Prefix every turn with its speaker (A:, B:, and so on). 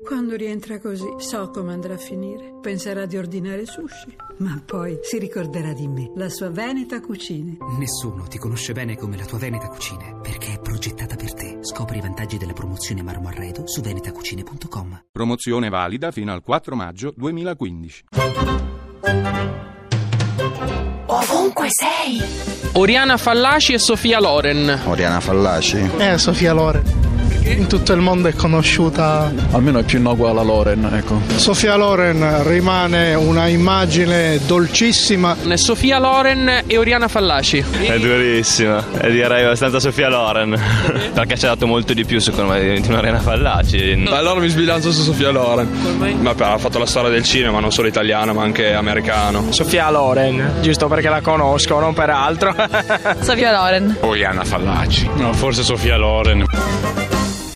A: Quando rientra così, so come andrà a finire. Penserà di ordinare sushi, ma poi si ricorderà di me, la sua Veneta Cucine.
B: Nessuno ti conosce bene come la tua Veneta Cucine, perché è progettata per te. Scopri i vantaggi della promozione Marmo Arredo su venetacucine.com.
C: Promozione valida fino al 4 maggio 2015.
D: Ovunque sei.
E: Oriana Fallaci e Sofia Loren.
F: Oriana Fallaci?
G: Eh, Sofia Loren. In tutto il mondo è conosciuta.
H: Almeno è più innocua la Loren, ecco.
G: Sofia Loren rimane una immagine dolcissima.
E: Sofia Loren e Oriana Fallaci.
I: È durissima. E direi abbastanza Sofia Loren. Perché ci ha dato molto di più, secondo me, di Oriana Fallaci.
J: Allora mi sbilancio su Sofia Loren. Ma ha fatto la storia del cinema, non solo italiano, ma anche americano.
K: Sofia Loren, giusto perché la conosco, non per altro.
L: Sofia Loren.
M: Oriana Fallaci.
N: No, forse Sofia Loren.